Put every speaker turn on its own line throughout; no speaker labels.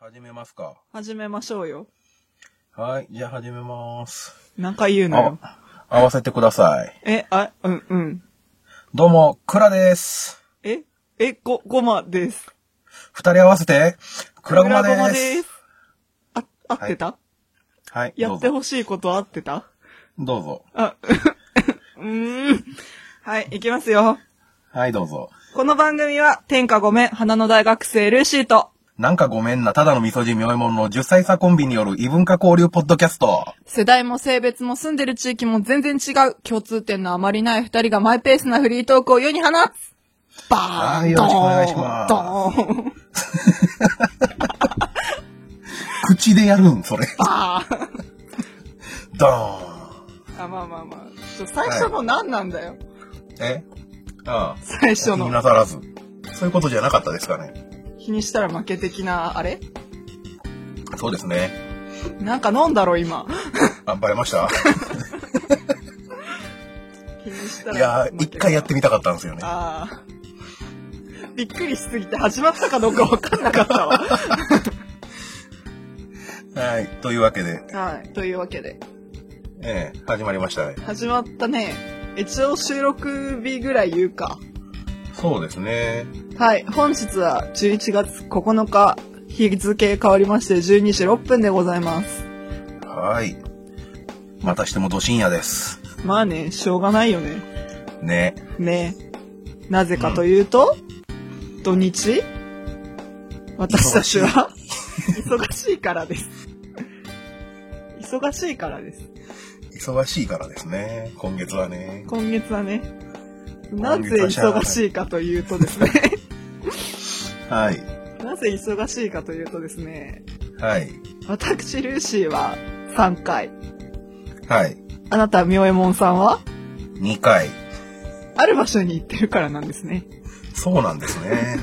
始めますか。
始めましょうよ。
はい。じゃあ始めます。
何回言うのよ。
あ合わせてください。
え、あ、うん、うん。
どうも、クラです。
え、え、ご、ごまです。
二人合わせて、クラゴマで。
くらごますす。あ、合ってた、
はい。
や
ど
って
うぞ。
ほしいこと合ってた
どうぞ。
あ、 うーん。はい、いきますよ。
はい、どうぞ。
この番組は、天下ごめん、花の大学生ルーシーと、
なんかごめんな、ただの味噌汁妙いもんの10歳差コンビによる異文化交流ポッドキャスト。
世代も性別も住んでる地域も全然違う、共通点のあまりない二人がマイペースなフリートークを世に放つバーン、
はいよろしくお願いします
ドーンドーン、
口でやるん、それ。
バーン。
ドーン。
あ、まあまあまあ。ちょ最初の何なんだよ。
えああ。
最
気
初
に
の。
なさらず。そういうことじゃなかったですかね。
気にしたら負け的な、あれ
そうですね。
なんか飲んだろ、今。
あ、バレま した。
気にした
い
ら
や
負け
ー、一回やってみたかったんですよね。
ああ。びっくりしすぎて始まったかどうか分かんなかったわ。
はい。というわけで、
はい。というわけで。
ええ、始まりましたね。
始まったね。一応収録日ぐらい言うか。
そうですね。
はい。本日は11月9日、日付変わりまして12時6分でございます。
はい。またしてもど深夜です。
まあね、しょうがないよね。
ね。
ねなぜかというと、土日私たちは忙しいからです。忙しいからです。
忙しいからですね。今月はね。
今月はね。な
今
ぜ
月はしゃあない
忙しいかというとですね。
はい。
なぜ忙しいかというとですね。
はい。
私、ルーシーは3回。
はい。
あなた、明右衛門さんは
2回。
ある場所に行ってるからなんですね。
そうなんですね。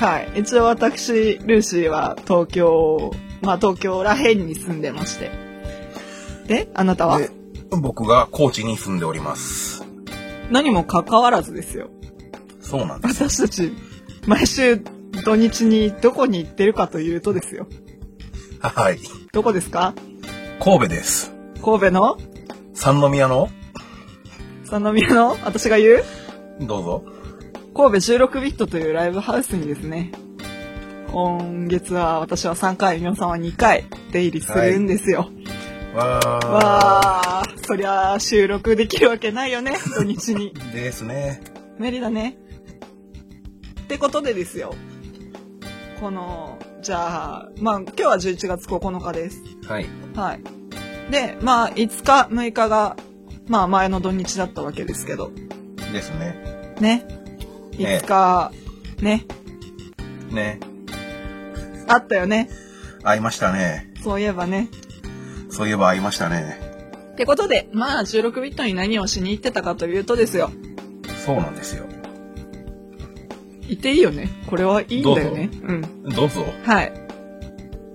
はい。一応私、ルーシーは東京、まあ東京らへんに住んでまして。で、あなたは
で、僕が高知に住んでおります。
何も関わらずですよ。
そうなんです。
私たち、毎週土日にどこに行ってるかというとですよ。
はい。
どこですか
神戸です。
神戸の
三宮の、
三宮の私が言う
どうぞ。
神戸16ビットというライブハウスにですね、今月は私は3回、みょうさんは2回出入りするんですよ。
わー。
わー、そりゃあ収録できるわけないよね、土日に。
ですね。
無理だね。ってことでですよ。この、じゃあ、まあ今日は11月9日です。
はい。
はい。で、まあ5日、6日が、まあ前の土日だったわけですけど、
ですね。
ね。
ええ
5日、ね。
ね。
あったよね。
会いましたね。
そういえばね。
そういえば会いましたね。
ってことで、まあ16ビットに何をしに行ってたかというとですよ。
そうなんですよ。
言っていいよね。これはいいんだよね。うん。
どう ぞ。
はい。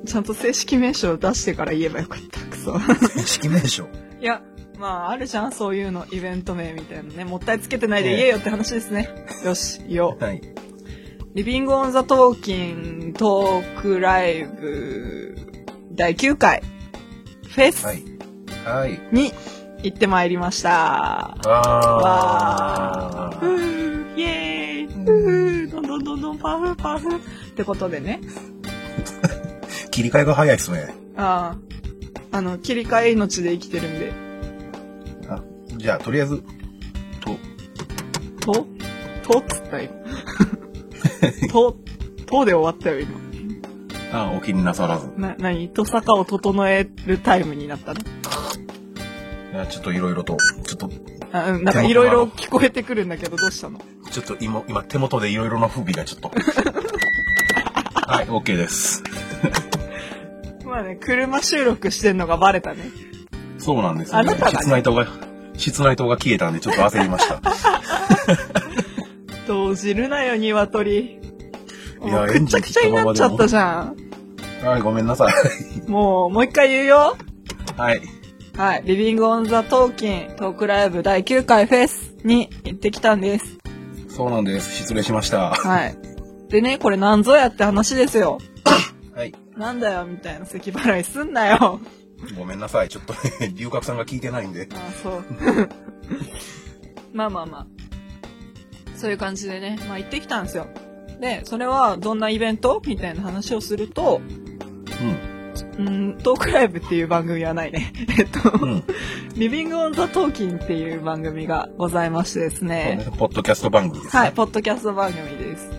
ちゃんと正式名称を出してから言えばよかった。くそ。
正式名称。
いや、まあ、あるじゃん、そういうの、イベント名みたいなね。もったいつけてないで言えよって話ですね。よし、言おう。
はい。
リビングオンザトーキントークライブ第9回フェ
は
ス
い。はい。
に行ってまいりました。
わ
わー。ふ
ー。
ーイエーイふーどんどんどんどんパフパフってことでね。
切り替えが早いですね。
ああ。あの、切り替え命で生きてるんで。
あじゃあ、とりあえず、と、
ととっつったよ。 と、とで終わったよ、今。
あ、お気になさらず。
な、なにと坂を整えるタイムになったの
いやちょっといろいろと、ちょっと、
あうん、なんかいろいろ聞こえてくるんだけど、どうしたの
ちょっと今、今手元でいろいろな不備がちょっ と。はい、OK です。
まあね、車収録してんのがバレたね。
そうなんですよ
あな
ね。
たがね
室内灯が、室内灯が消えたんでちょっと焦りました。
動じるなよ、鶏。
いや
もうくっちゃくちゃになっちゃったじゃん。
はい、ごめんなさい。
もう、もう一回言うよ。
はい。
はい。リビングオンザトーキントークライブ第9回フェスに行ってきたんです。
そうなんです。失礼しました。
はい。でね、これなんぞやって話ですよ。
はい。
なんだよ、みたいな咳払いすんなよ。
ごめんなさい。ちょっとね、龍角さんが聞いてないんで。
ああ、そう。 まあまあまあ。そういう感じでね、まあ行ってきたんですよ。で、それはどんなイベントみたいな話をすると、
うん。
うん、トークライブっていう番組はないね。 えっと、
うん。
リビングオンザトーキンっていう番組がございましてですね。
ポッドキャスト番組ですね。
はい、ポッドキャスト番組です。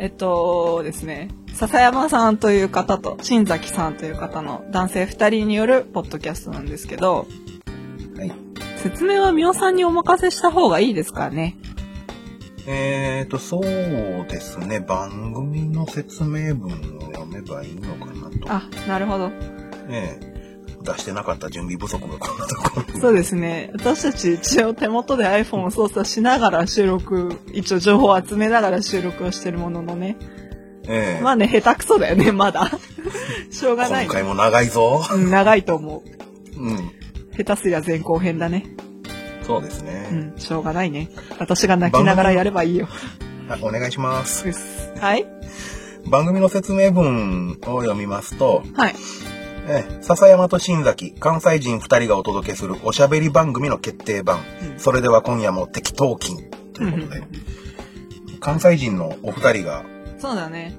えっとですね、笹山さんという方と新崎さんという方の男性2人によるポッドキャストなんですけど、
はい。
説明はみおさんにお任せした方がいいですかね。
えーと、そうですね。番組の説明文を読めばいいのかなと。
あ、なるほど。
ええ出してなかった準備不足がこんなところに。
そうですね。私たち一応手元で iPhone を操作しながら収録、一応情報を集めながら収録をしてるもののね。
ええ
まあね、下手くそだよね、まだ。 しょうがない
今。回も長いぞ。
うん長いと思う。
うん。
下手すりゃ前後編だね。
そうです
う
ね。
ん、しょうがないね。私が泣きながらやればいいよ。
あお願いします。
うっすはい
番組の説明文を読みますと、
はい。
ええ、笹山と新崎、関西人2人がお届けするおしゃべり番組の決定版。
うん
それでは今夜も適当金ということで、関西人のお二人が、
そうだね。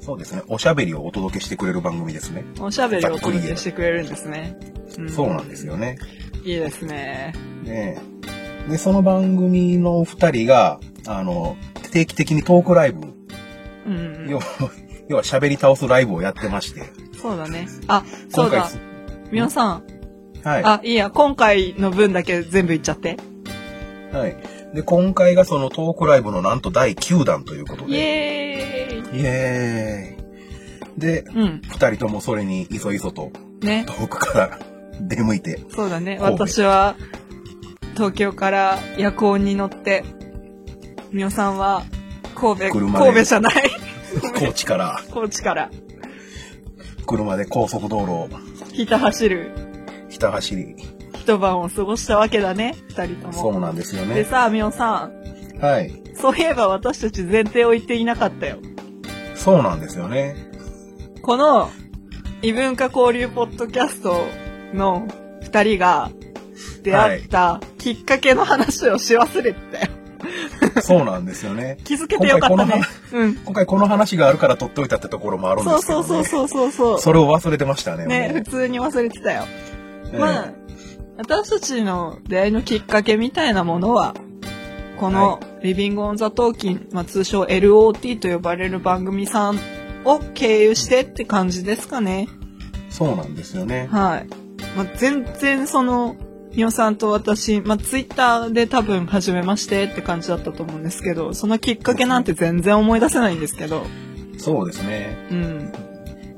そうですね、おしゃべりをお届けしてくれる番組ですね。
おしゃべりをお届けしてくれるんですね。
そうなんですよ
ね。
ね。
いいですね。
ねえで、その番組のお二人が、あの、定期的にトークライブ、
うんうん
要は、 要は喋り倒すライブをやってまして、
そうだね。あ、そ
今
う
回
だ。、みおさん。
はい。
あ、いいや、今回の分だけ全部言っちゃって。
はい。で、今回がそのトークライブのなんと第9弾ということ
イ
で。
エーイ
イエーイ。で、
うん。
二人ともそれにいそいそと
ね。
遠くから出向いて。
そうだね。
神戸
私は、東京から夜行に乗って、みおさんは、神戸、
車で
神戸じゃない。
高知から
高知から、
車で高速道路を
ひた走る
ひた走り。
一晩を過ごしたわけだね。二人とも。
そうなんですよ
で
ね。
さ、みおさん、
はい。
そういえば私たち前提を言っていなかったよ。
そうなんですよね。
この、異文化交流ポッドキャストの二人が出会ったきっかけの話をし忘れてたよ。
そうなんですよね。
気づけてよかったね。うん。
今回この話があるから取っておいたってところもあるんで
そう
すけど、
そ
ね。
うそうそうそうそう。
それを忘れてましたね。
ね、
も
普
う
通に忘れてたよ。
ええ
まあ、私たちの出会いのきっかけみたいなものは、このリビングオンザトーキン、まあ、通称 LOT と呼ばれる番組さんを経由してって感じですかね。
そうなんですよね。
はい。まあ、全然その、みおさんと私、まあ、ツイッターで多分、初めましてって感じだったと思うんですけど、そのきっかけなんて全然思い出せないんですけど、
そうですね。
うん。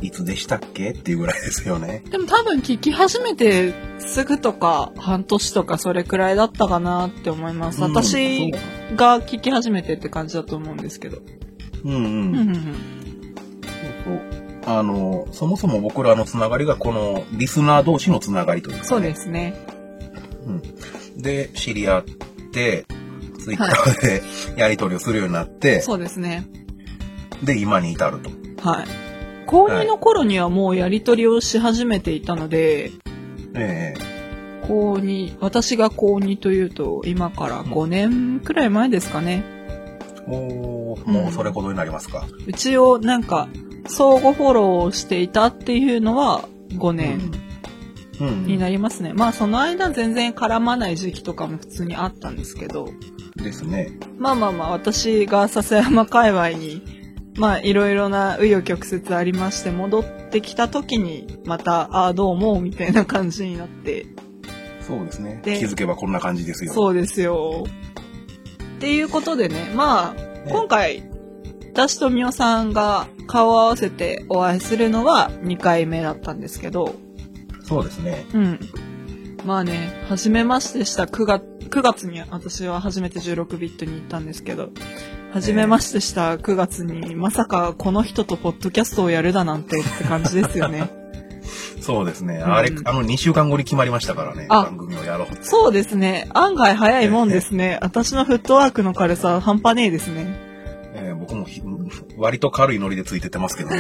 いつでしたっけっていうぐらいですよね。
でも多分聞き始めてすぐとか、半年とかそれくらいだったかなって思います。
うん
私が聞き始めてって感じだと思うんですけど。
うんうん。
うんうんうん。
そうあの、そもそも僕らのつながりがこのリスナー同士のつながりというか、ね、
そうですね。
うん。で、知り合って、ツイッターでやり取りをするようになって、
そうですね。
で、今に至ると。
はい。高2の頃にはもうやりとりをし始めていたので、
ええ
高2、私が高2というと、今から5年くらい前ですかね。
おー
うん
もうそれほどになりますか。
うちをなんか、相互フォローをしていたっていうのは5年
うん。うん。
になりますね。まあその間全然絡まない時期とかも普通にあったんですけど、
ですね。
まあまあまあ私が笹山界隈に、まあいろいろな紆余曲折ありまして戻ってきた時に、また、ああどうも、みたいな感じになって、
そうですね。気
で
づけばこんな感じですよ。
そうですよ。っていうことでね、まあ、今回、私とみおさんが顔を合わせてお会いするのは2回目だったんですけど、
そうですね。
うん。まあね、初めましてした9月、9月に私は初めて16ビットに行ったんですけど、初めましてした9月に、まさかこの人とポッドキャストをやるだなんてって感じですよね。
そうですね。あれ、
うん
あの2週間後に決まりましたからね。
あ
番組をやろうって。
そうですね。案外早いもんですね。私のフットワークの軽さは半端ねえですね。
ええ僕もひ割と軽いノリでついてってますけど、ね、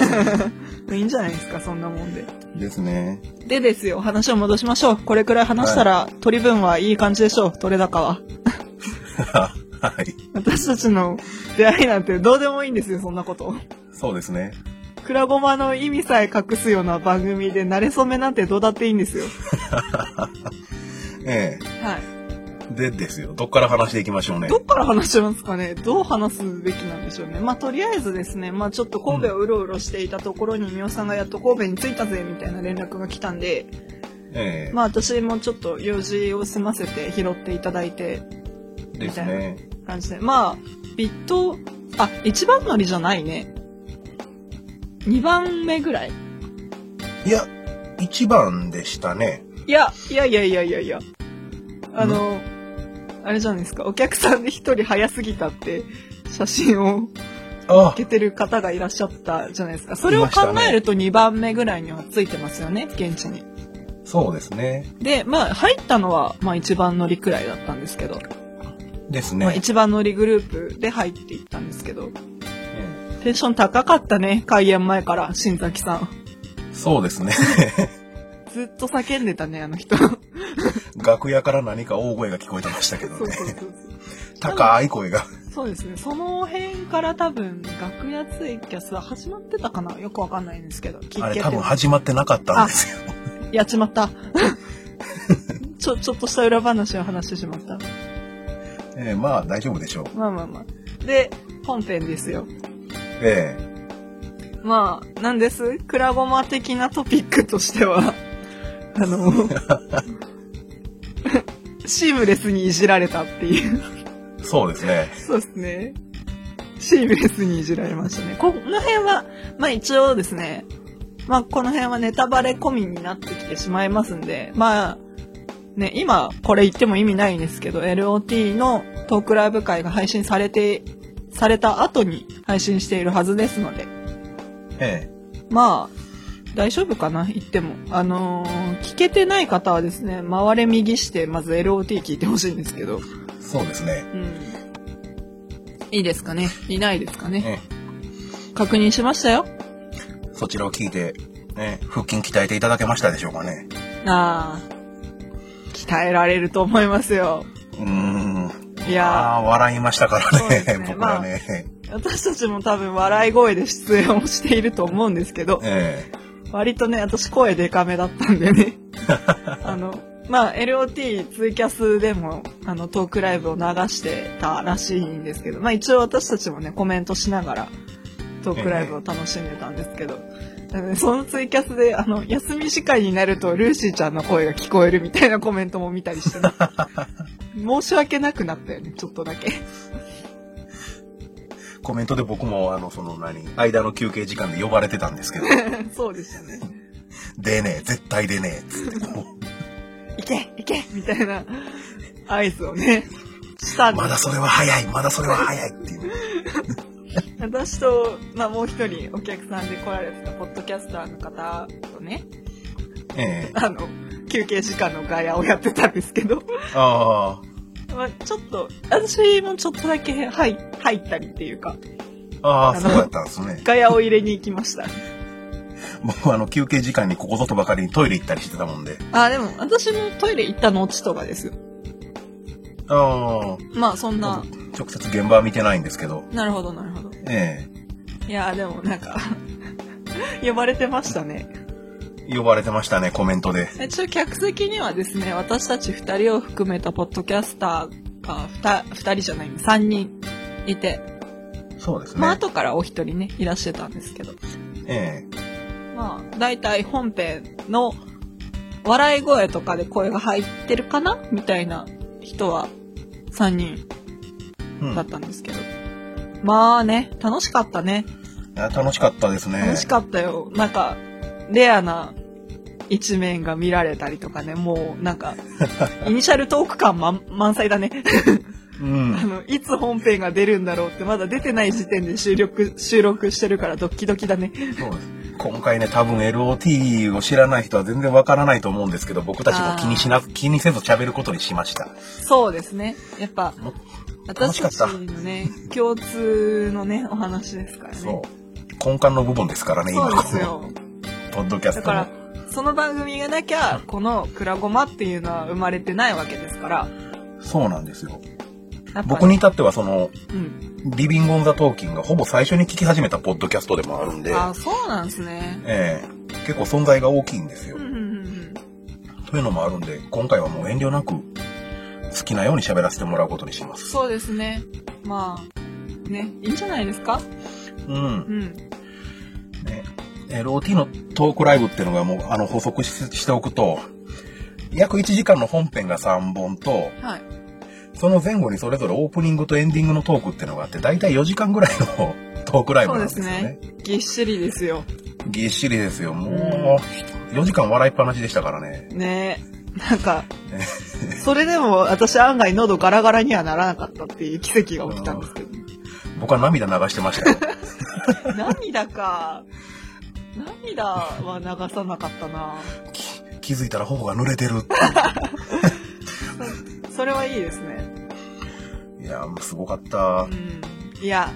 いいんじゃないですか、そんなもんで。
ですね。
でですよ、話を戻しましょう。これくらい話したら、取り分はいい感じでしょう、取れ高は。
はい。
私たちの出会いなんてどうでもいいんですよ、そんなこと。
そうですね。
クラゴマの意味さえ隠すような番組で、慣れ初めなんてどうだっていいんですよ。
え
はい。
え。でですよ。どっから話していきましょうね
ど。っから話しますかねどう話すべきなんでしょうね。まあ、とりあえずですね、まあ、ちょっと神戸をうろうろしていたところに、みおさんがやっと神戸に着いたぜ、みたいな連絡が来たんで、
ええ。
まあ、私もちょっと用事を済ませて拾っていただいて、
ですね。
感じで。まあ、ビット、あ、一番乗りじゃないね。二番目ぐらい。
いや、一番でしたね。
いや、いやいやいやいやいや。あの、あれじゃないですか、お客さんで一人早すぎたって、写真を
あ
受けてる方がいらっしゃったじゃないですか。それを
いました
考
ね
えると2番目ぐらいにはついてますよね、現地に。
そうですね。
で、まあ、入ったのは、まあ、一番乗りくらいだったんですけど、
です
まあ、
ね。
一番乗りグループで入っていったんですけど、
え
テンション高かったね、開演前から、新崎さん。
えそうです ね。
ずっと叫んでたね、あの人。そう
楽屋から何か大声が聞こえてましたけど
そう
ね。
そうそう。
高い声が。
そうですね。その辺から多分、楽屋ツイキャスは始まってたかなよくわかんないんですけど。きっ
あれ
け
多分始まってなかったんですよ。
やっちま った。ちょ、ちょっとした裏話を話してしまった。
ええ、まあ大丈夫でしょう。
まあまあまあ。で、本編ですよ。
え
まあ、なんですクラゴマ的なトピックとしては、あ の、シームレスにいじられたっていう。
え。そうですね。
そうですね。シームレスにいじられましたね。ここの辺は、まあ一応ですね、まあこの辺はネタバレ込みになってきてしまいますんで、まあ、ね、今これ言っても意味ないんですけど、LOT のトークライブ会が配信されて、された後に配信しているはずですので、
え
まあ、大丈夫かな言っても。あのー聞けてない方はですね、回れ右して、まず LOT 聞いてほしいんですけど。
え。そうですね。
うん。いいですかねいないですかね
え
確認しましたよ
え。そちらを聞いて、ね、腹筋鍛えていただけましたでしょうかね。
ああ。鍛えられると思いますよ。
うーん。
いや
ああ、笑いましたから
そうで
ね。
すね
僕らね。
ー私たちも多分笑い声で出演をしていると思うんですけど、
え
割とね、私声デカめだったんでね。あの、まあ、LOT ツイキャスでも、あの、トークライブを流してたらしいんですけど、まあ一応私たちもね、コメントしながら、トークライブを楽しんでたんですけど、あのねそのツイキャスで、あの、休み時間になるとルーシーちゃんの声が聞こえるみたいなコメントも見たりしてね、申し訳なくなったよね、ちょっとだけ。
え。コメントで僕も、あの、その何、間の休憩時間で呼ばれてたんですけ ど、
そうでしたね。
出ねえ、絶対出ねえ、つってこう。
いけいけみたいな合図をね、したんです
まだそれは早い、まだそれは早いっていう。
私と、まあ、もう一人お客さんで来られてたポッドキャスターの方とね
ええ。
あの休憩時間のガヤをやってたんですけど、
あ
まあ、ちょっと私もちょっとだけ入入ったりっていうか
あ、あ
あ
あ、
の
そうだったんですね。
ガヤを入れに行きました
僕はあの、休憩時間にここぞとばかりにトイレ行ったりしてたもんで。
あでも私もトイレ行ったのちとかですよ
あ
まあそん
あ
な。
直接現場は見てないんですけど。
なるほどなるほど
え
いやでもなんか 呼ばれてましたね
え。呼ばれてましたね、コメントで。
一応客席にはですね私たち2人を含めたポッドキャスターが 2, 2人じゃない3人いて
そうですね。
まあ後からお一人ねいらしてたんですけど
ええ。
まあ大体本編の笑い声とかで声が入ってるかなみたいな人は3人
う
だっ
ん。
たんですけど、まあね楽しかったね
あ楽しかったですね。
楽しかったよ、なんかレアな一面が見られたりとかねもうな んかイニシャルトーク感満満載だね
うん
あ。のいつ本編が出るんだろうってまだ出てない時点で収録収録してるからドッキドキだね
そうです。今回ね、多分 LOT を知らない人は全然わからないと思うんですけど、僕たちも気にしな、気にせず喋ることにしました。
そうですね。やっぱ
も、楽しか
私た
っ
ち
た
のね、共通のね、お話ですからね。
そう。根幹の部分ですからね、今
そうです
こ
よ。
の ポッドキャ
だ
ス
か
ト
ら
の。、
その番組がなきゃ、このクラゴマっていうのは生まれてないわけですから。
そうなんですよ。
やっぱね
僕に、至ってはその、
うん。
リビング・オン・ザ・トーキンがほぼ最初に聞き始めたポッドキャストでもあるんで、
あ、そうなんですね。
ええ結構存在が大きいんですよ
うん。うんうんうん。
というのもあるんで、今回はもう遠慮なく好きなように喋らせてもらうことにします。
そうですね。まあ、ね、いいんじゃないですか
うん
う。ん。
ね、LOT のトークライブっていうのがもう、あの、補足ししておくと、約1時間の本編が3本と、
はい。
その前後にそれぞれオープニングとエンディングのトークっていうのがあって、だいたい4時間ぐらいの トークライブなんですよ
そうで
ね。
ぎっしりですよ。
ぎっしりですよ。もう、4時間笑いっぱなしでしたからね。
ねなんか、 それでも私案外喉ガラガラにはならなかったっていう奇跡が起きたんですけど。
僕は涙流してましたよ。
涙か。涙は流さなかったな。
気づいたら頬が濡れてるって。
それはいいですね。
いや、すごかった
う。ん。いや、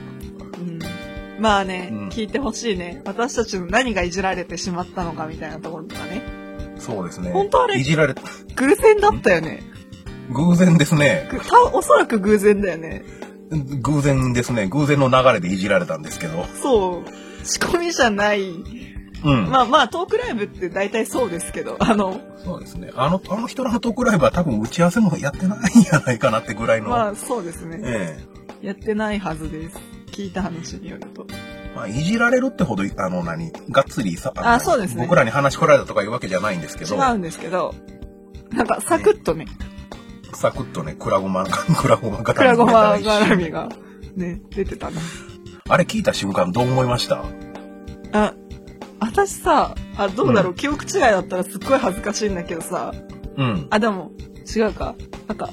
うん。まあね、
うん
聞いてほしいね。私たちの何がいじられてしまったのかみたいなところとかね。
そうですね。
本当あれ
いじられた。
偶然だったよね。
偶然ですね。
くたおそらく偶然だよね。
偶然ですね。偶然の流れでいじられたんですけど。
そう。仕込みじゃない。
うん。
まあまあ、トークライブって大体そうですけど、あの、
そうですね。あの、あの人らのトークライブは多分打ち合わせもやってないんじゃないかなってぐらいの。
まあそうですね。
え
やってないはずです。聞いた話によると。
えまあ、いじられるってほど、あの、何、がっつりさ、の
あそうですね
僕らに話来られたとかいうわけじゃないんですけ
違
ど、
うんですけど、なんかサクッとね、
サクッとね、クラゴマ、 クラゴマが
クラゴマ絡みがね、出てたな。
あれ聞いた瞬間どう思いました
あ、私さ、あ、どうだろう、記憶違いだったらすっごい恥ずかしいんだけどさ、
うん。
あ、でも、違うか。なんか、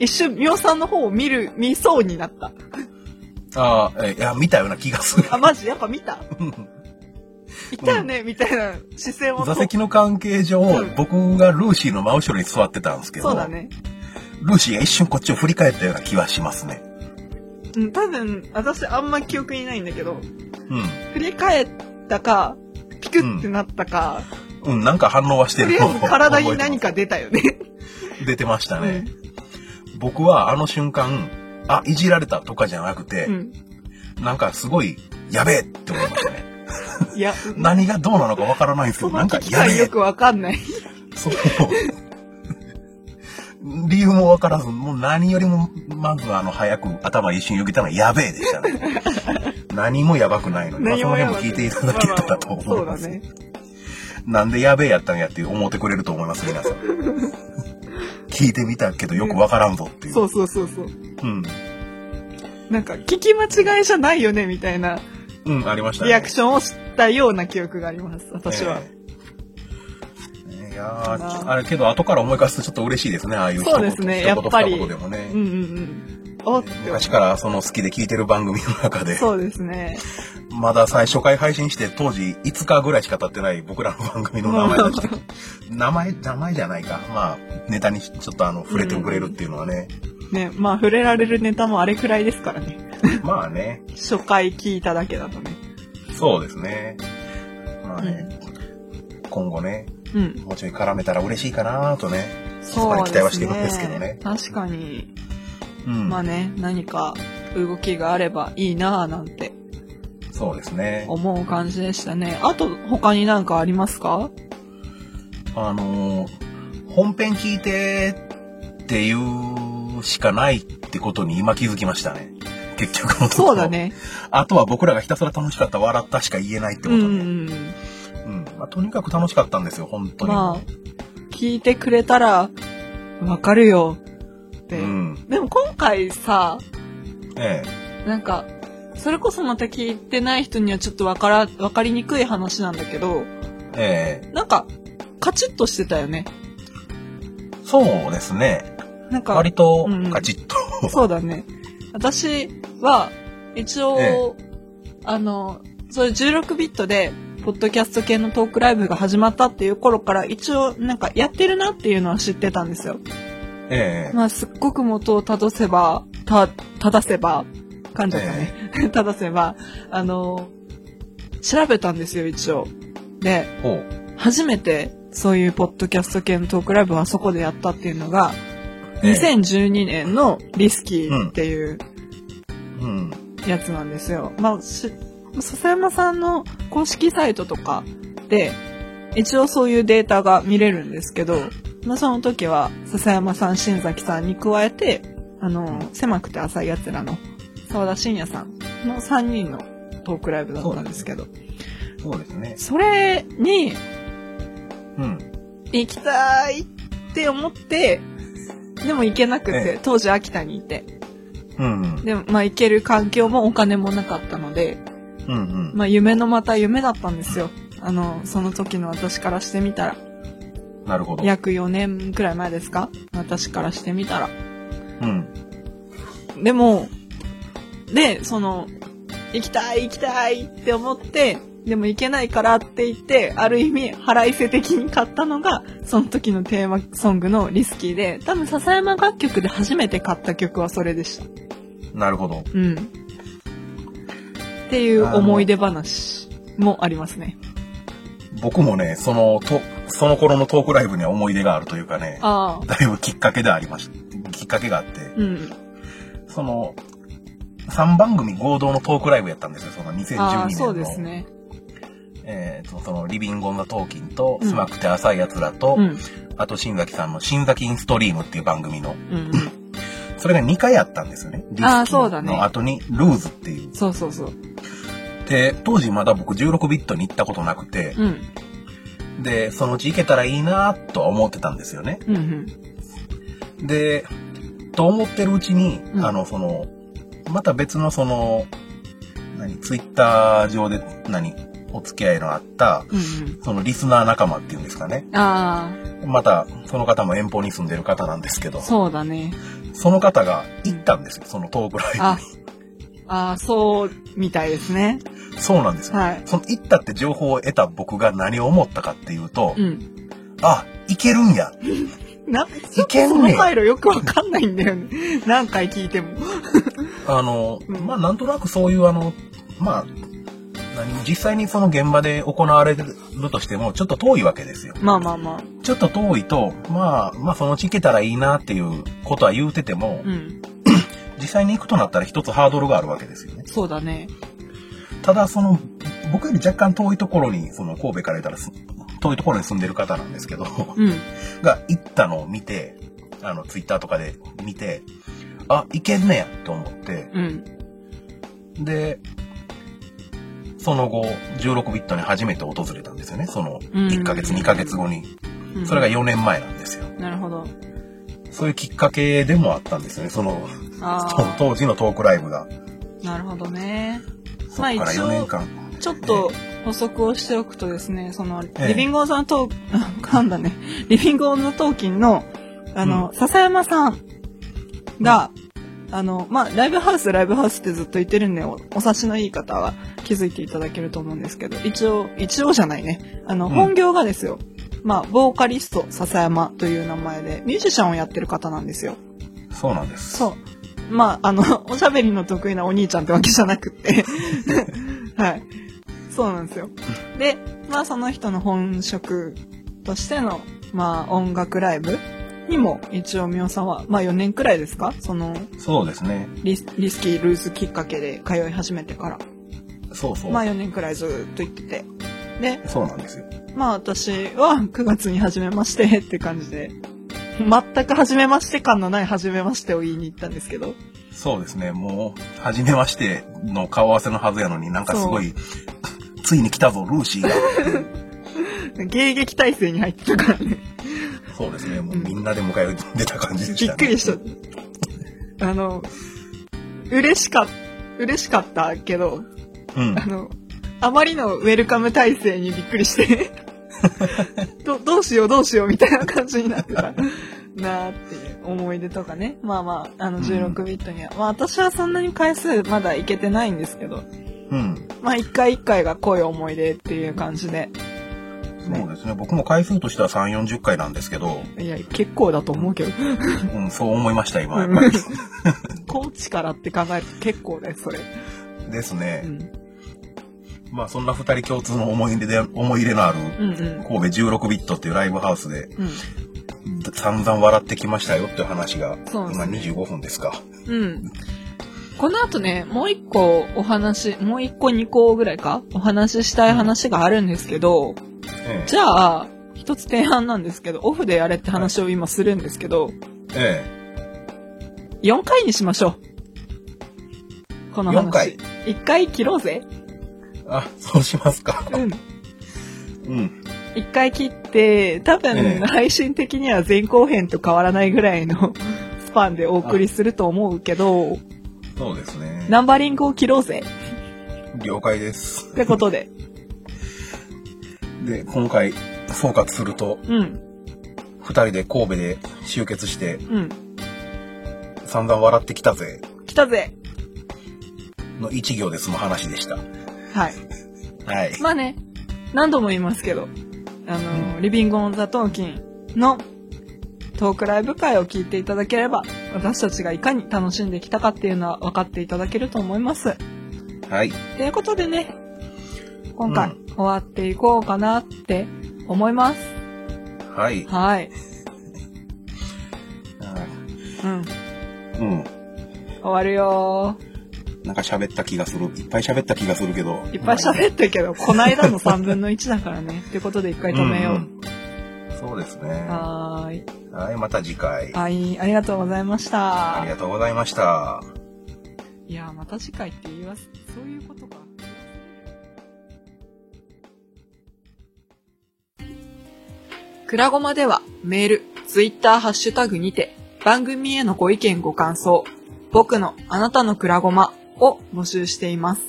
一瞬、ミオさんの方を見る、見そうになった。
ああ、えいや、見たような気がする。
あ、マジやっぱ見た
うん
いたよね、みたいな視線 を。
座席の関係上、
うん
僕がルーシーの真後ろに座ってたんですけど、
そうだね。
ルーシーが一瞬こっちを振り返ったような気はしますね。
うん、多分、私あんま記憶にないんだけど、
う
振り返ったか、ピクってなったか、
ん。うん、なんか反応はして
とり
る
あ
の
えず体に何
覚
か出たよね。
えてます出てました
う
ね、
ん
僕はあの瞬間、あ、いじられたとかじゃなくて、
うん。
なんかすごい、やべえって思いました ね。
いや、
何がどうなのかわからないんですけ
そ
ど、
の
なんか
危機
やべ
感よ
え。
くわかんない。
そう。理由もわからず、もう何よりも、まずあの、早く頭一瞬よぎったのはやべえでしたね。 何もやばくないのに、まあ、
何
その辺
ば
も
く
聞いていただけたらと
まあまあまあ
思
そ
いう
だ
ます。
ね。
なんでやべえやったんやって思ってくれると思います、 皆さん。聞いてみたけどよくわからんぞっていう。
そうそうそうそう。
うん。
なんか、聞き間違いじゃないよね、みたいな
うん、ありましたね。
リアクションをしたような記憶があります、私は。
ええ。いや
か
ー
な
あれけど後から思い返すとちょっと嬉しいですね、ああいう一言
そうですねやっぱり
一言二言でもね
うん。うんうん。おって思う
昔からその好きで聞いてる番組の中で、
そうですね。
まだ最初回配信して当時5日ぐらいしか経ってない僕らの番組の 名前が来て、名前、名前じゃないか。まあ、ネタにちょっとあの、触れてくれるっていうのはね、
ね、まあ、触れられるネタもあれくらいですからね。
まあね、
初回聞いただけだとね。
そうですね。まあね、今後ね、
うん。
もうちょい絡めたら嬉しいかなとね。
そうですね。
期待はしてるんですけどね
確かに、
うん。
まあね、何か動きがあればいいなぁなんて
そうですね。
思う感じでしたね。あと、他になんかありますか
あのー本編聞いてっていうしかないってことに今気づきましたね。結局のところ
そうだ。ね。
あとは僕らがひたすら楽しかった、笑ったしか言えないって
う
こと
ん
ね。
う
うんん。
うん。
まあ、とにかく楽しかったんですよ、本当に。
まあ、聞いてくれたら、わかるよって。
うん。
でも今回さ、
ええ。
なんか、それこそまた聞いてない人にはちょっとわから、わかりにくい話なんだけど、
ええ。
なんか、カチッとしてたよね。
そうですね。
なんか、
割と
うんうん、
カチッと。
そうだね。私は、一応、
え
あの、そういう16ビットで、ポッドキャスト系のトークライブが始まったっていう頃から、一応なんかやってるなっていうのは知ってたんですよ。
ええ
まあ、すっごく元を正せば、た、正せば、噛んじゃったね。 正せば、あの、調べたんですよ、一応。で、
ほう。
初めてそういうポッドキャスト系のトークライブはそこでやったっていうのが、
ええ
2012年のリスキーっていう
うん。
やつなんですよ。まあ、し笹山さんの公式サイトとかで、一応そういうデータが見れるんですけど、まあその時は笹山さん、新崎さんに加えて、あの、狭くて浅い奴らの沢田信也さんの3人のトークライブだったんですけど、
そうですね。
それに
うん。
行きたいって思って、でも行けなく
え
て、当時秋田にいて。
うんうん。
でも、まあ行ける環境もお金もなかったので、
うんうん。
まあ夢のまた夢だったんですよ。あの、その時の私からしてみたら、
なるほど。
約4年くらい前ですか私からしてみたら。
うん。
でも、で、その、行きたい行きたいって思って、でも行けないからって言って、ある意味腹いせ的に買ったのが、その時のテーマソングのリスキーで、多分笹山楽曲で初めて買った曲はそれでした。
なるほど。
うん。っていう思い出話もありますね。
僕もね、その、と、その頃のトークライブには思い出があるというかね、
ああ。
だいぶきっかけでありました。きっかけがあって、
うん。
その、3番組合同のトークライブやったんですよ、その2012年の。
ああ、そうですね。
えーと、その、リビンゴン・ザ・トーキンと、
うん
狭くて浅い奴らと、
うん。
あと新崎さんの新崎インストリームっていう番組の、
うん。
それが2回あったんですよね。リスキ
あーそうだ
ー
ね
の後に、ルーズっていう。
そうそうそう。
で、当時まだ僕16ビットに行ったことなくて、
うん。
で、そのうち行けたらいいなとは思ってたんですよね。
うんうん。
で、と思ってるうちに、
うん
あの、その、また別のその、何、ツイッター上で、何、お付き合いのあった、
うん
そのリスナー仲間っていうんですかね。
うん。あ
また、その方も遠方に住んでる方なんですけど
あ、、そうだね。
その方が行ったんですよ、そのトークライブ
あ、あーそうみたいですね。
に。そうなんですよ。
はい。
その行ったって情報を得た僕が何を思ったかっていうと、
うん。
あ、行けるんや。
な、ちょっと
けんね
その回路よくわかんないんだよね。 何回聞いても。
あの、
うん
まあなんとなくそういうあの、まあ、何実際にその現場で行われるとしても、ちょっと遠いわけですよ。
まあまあまあ。
ちょっと遠いと、まあ、まあそのうち行けたらいいなっていうことは言うてても、
うん。
実際に行くとなったら一つハードルがあるわけですよね。
そうだね。
ただその、僕より若干遠いところに、その神戸から言ったらす、遠いところに住んでる方なんですけど、
うん。
が行ったのを見て、あの、ツイッターとかで見て、あ、行けんねやと思って、
うん。
で、その後、16ビットに初めて訪れたんですよね。その、
うん
1ヶ月、2ヶ月後に。
うん
それが4年前なんですよ。
なるほど。
そういうきっかけでもあったんですよね。その、
あ
と
あ。
当時のトークライブが。
なるほどね。
そ
まあ
こから
一
4年
応、
間。
ちょっと補足をしておくとですね、その、
ええ
リビングオンザトー、噛んだね。 リビングオンザトーキンの、あの、笹山さんが、あの、まあ、ライブハウス、ライブハウスってずっと言ってるんで、おお察しのいい方は気づいていただけると思うんですけど、一応、一応じゃないね。あの、
うん
本業がですよ。まあ、ボーカリスト、笹山という名前で、ミュージシャンをやってる方なんですよ。
そうなんです。
そう。まあ、あの、 おしゃべりの得意なお兄ちゃんってわけじゃなくって。 はい。そうなんですよ。で、まあ、その人の本職としての、まあ、音楽ライブにも、一応、みおさんは、まあ、4年くらいですかその
そうですね。
リス、リスキールーズきっかけで通い始めてから。
そうそう。
まあ、4年くらいずっと行ってて。で、
そうなんですよ。
まあ、私は9月に始めましてって感じで、全く始めまして感のない始めましてを言いに行ったんですけど。
そうですね。もう、初めましての顔合わせのはずやのになんかすごい、 ついに来たぞ、ルーシーが。
迎撃体制に入ってたからね。
そうですね。もう
うん
みんなで迎え出た感じでし
び
た
っ
ね。
くりした。あの、嬉しか、嬉しかったけど、
うん
あ。の、あまりのウェルカム体制にびっく りして、どどうしようどうしようみたいな感じになってたなあっていう思い出とかね。まあまあ、あの16ビットには。まあ私はそんなに回数まだいけてないんですけど、
うん。
まあ一回一回が濃い思い出っていう感じで。
そうですね。僕も回数としては3、40回なんですけど、
いや、結構だと思うけど。
うん、そう思いました、今。
う
や
ん
っぱり。
高知からって考えると結構だよ、それ。
です
う
ね。
ん。
まあ、そんな二人共通の思い出で、思い入れのある、
うんうん。
神戸16ビットっていうライブハウスで
うん。
散々笑ってきましたよっていう話が、
そうです
今
ね
25分ですか。
うん。この後ね、もう一個お話、もう一個二個ぐらいかお話ししたい話があるんですけど、
え
じゃあ、一つ提案なんですけど、オフでやれって話を今するんですけど、
え。え
4回にしましょう。この
四
話
回。
1回切ろうぜ。
え。あ、そうしますか。
うん。
うん。
1回切って、多
え
分
え
配信的には前後編と変わらないぐらいの スパンでお送りすると思うけど、
そうですね。
ナンバリングを切ろうぜ。
了解です。
ってことで。
で、今回、総括すると、
うん。
二人で神戸で集結して、
うん。
散々笑ってきたぜ、
来たぜ。
の一行で済む話でした。
はい。
はい。
まあね、何度も言いますけど、あの、リビングオンザトーキンのトークライブ会を聞いていただければ、私たちがいかに楽しんできたかっていうのは分かっていただけると思います。
はい。
ということでね、今回
う
終わっていこうかなって思います。
はい。
はい。うん。
うん。
終わるよ
なんか喋った気がする。いっぱい喋った気がするけど。
ー。いっぱい
っ
喋った けど、こないだの3分の1だからね。ということで一回止めよう。
そうですね。
はーい。
はい、また次回。
はい、ありがとうございました。
ありがとうございました。
いやーまた次回って言いますそういうことかくらごまではメールツイッターハッシュタグにて番組へのご意見ご感想僕のあなたのくらごまを募集しています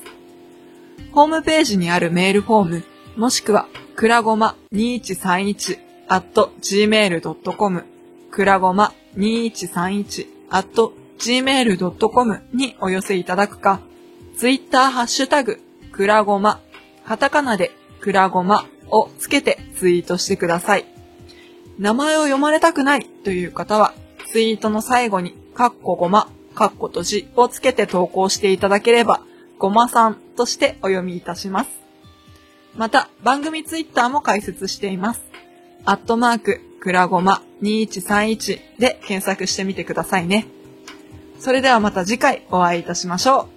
ホームページにあるメールフォームもしくはくらごま2131 at gmail.com くらごま2131 at gmail.com にお寄せいただくか、ツイッターハッシュタグ、くらごま、カタカナでくらごまをつけてツイートしてください。名前を読まれたくないという方は、ツイートの最後に、かっこごま、かっことじをつけて投稿していただければ、ごまさんとしてお読みいたします。また、番組ツイッターも開設しています。アットマーク、くらごま2131で検索してみてくださいね。それではまた次回お会いいたしましょう。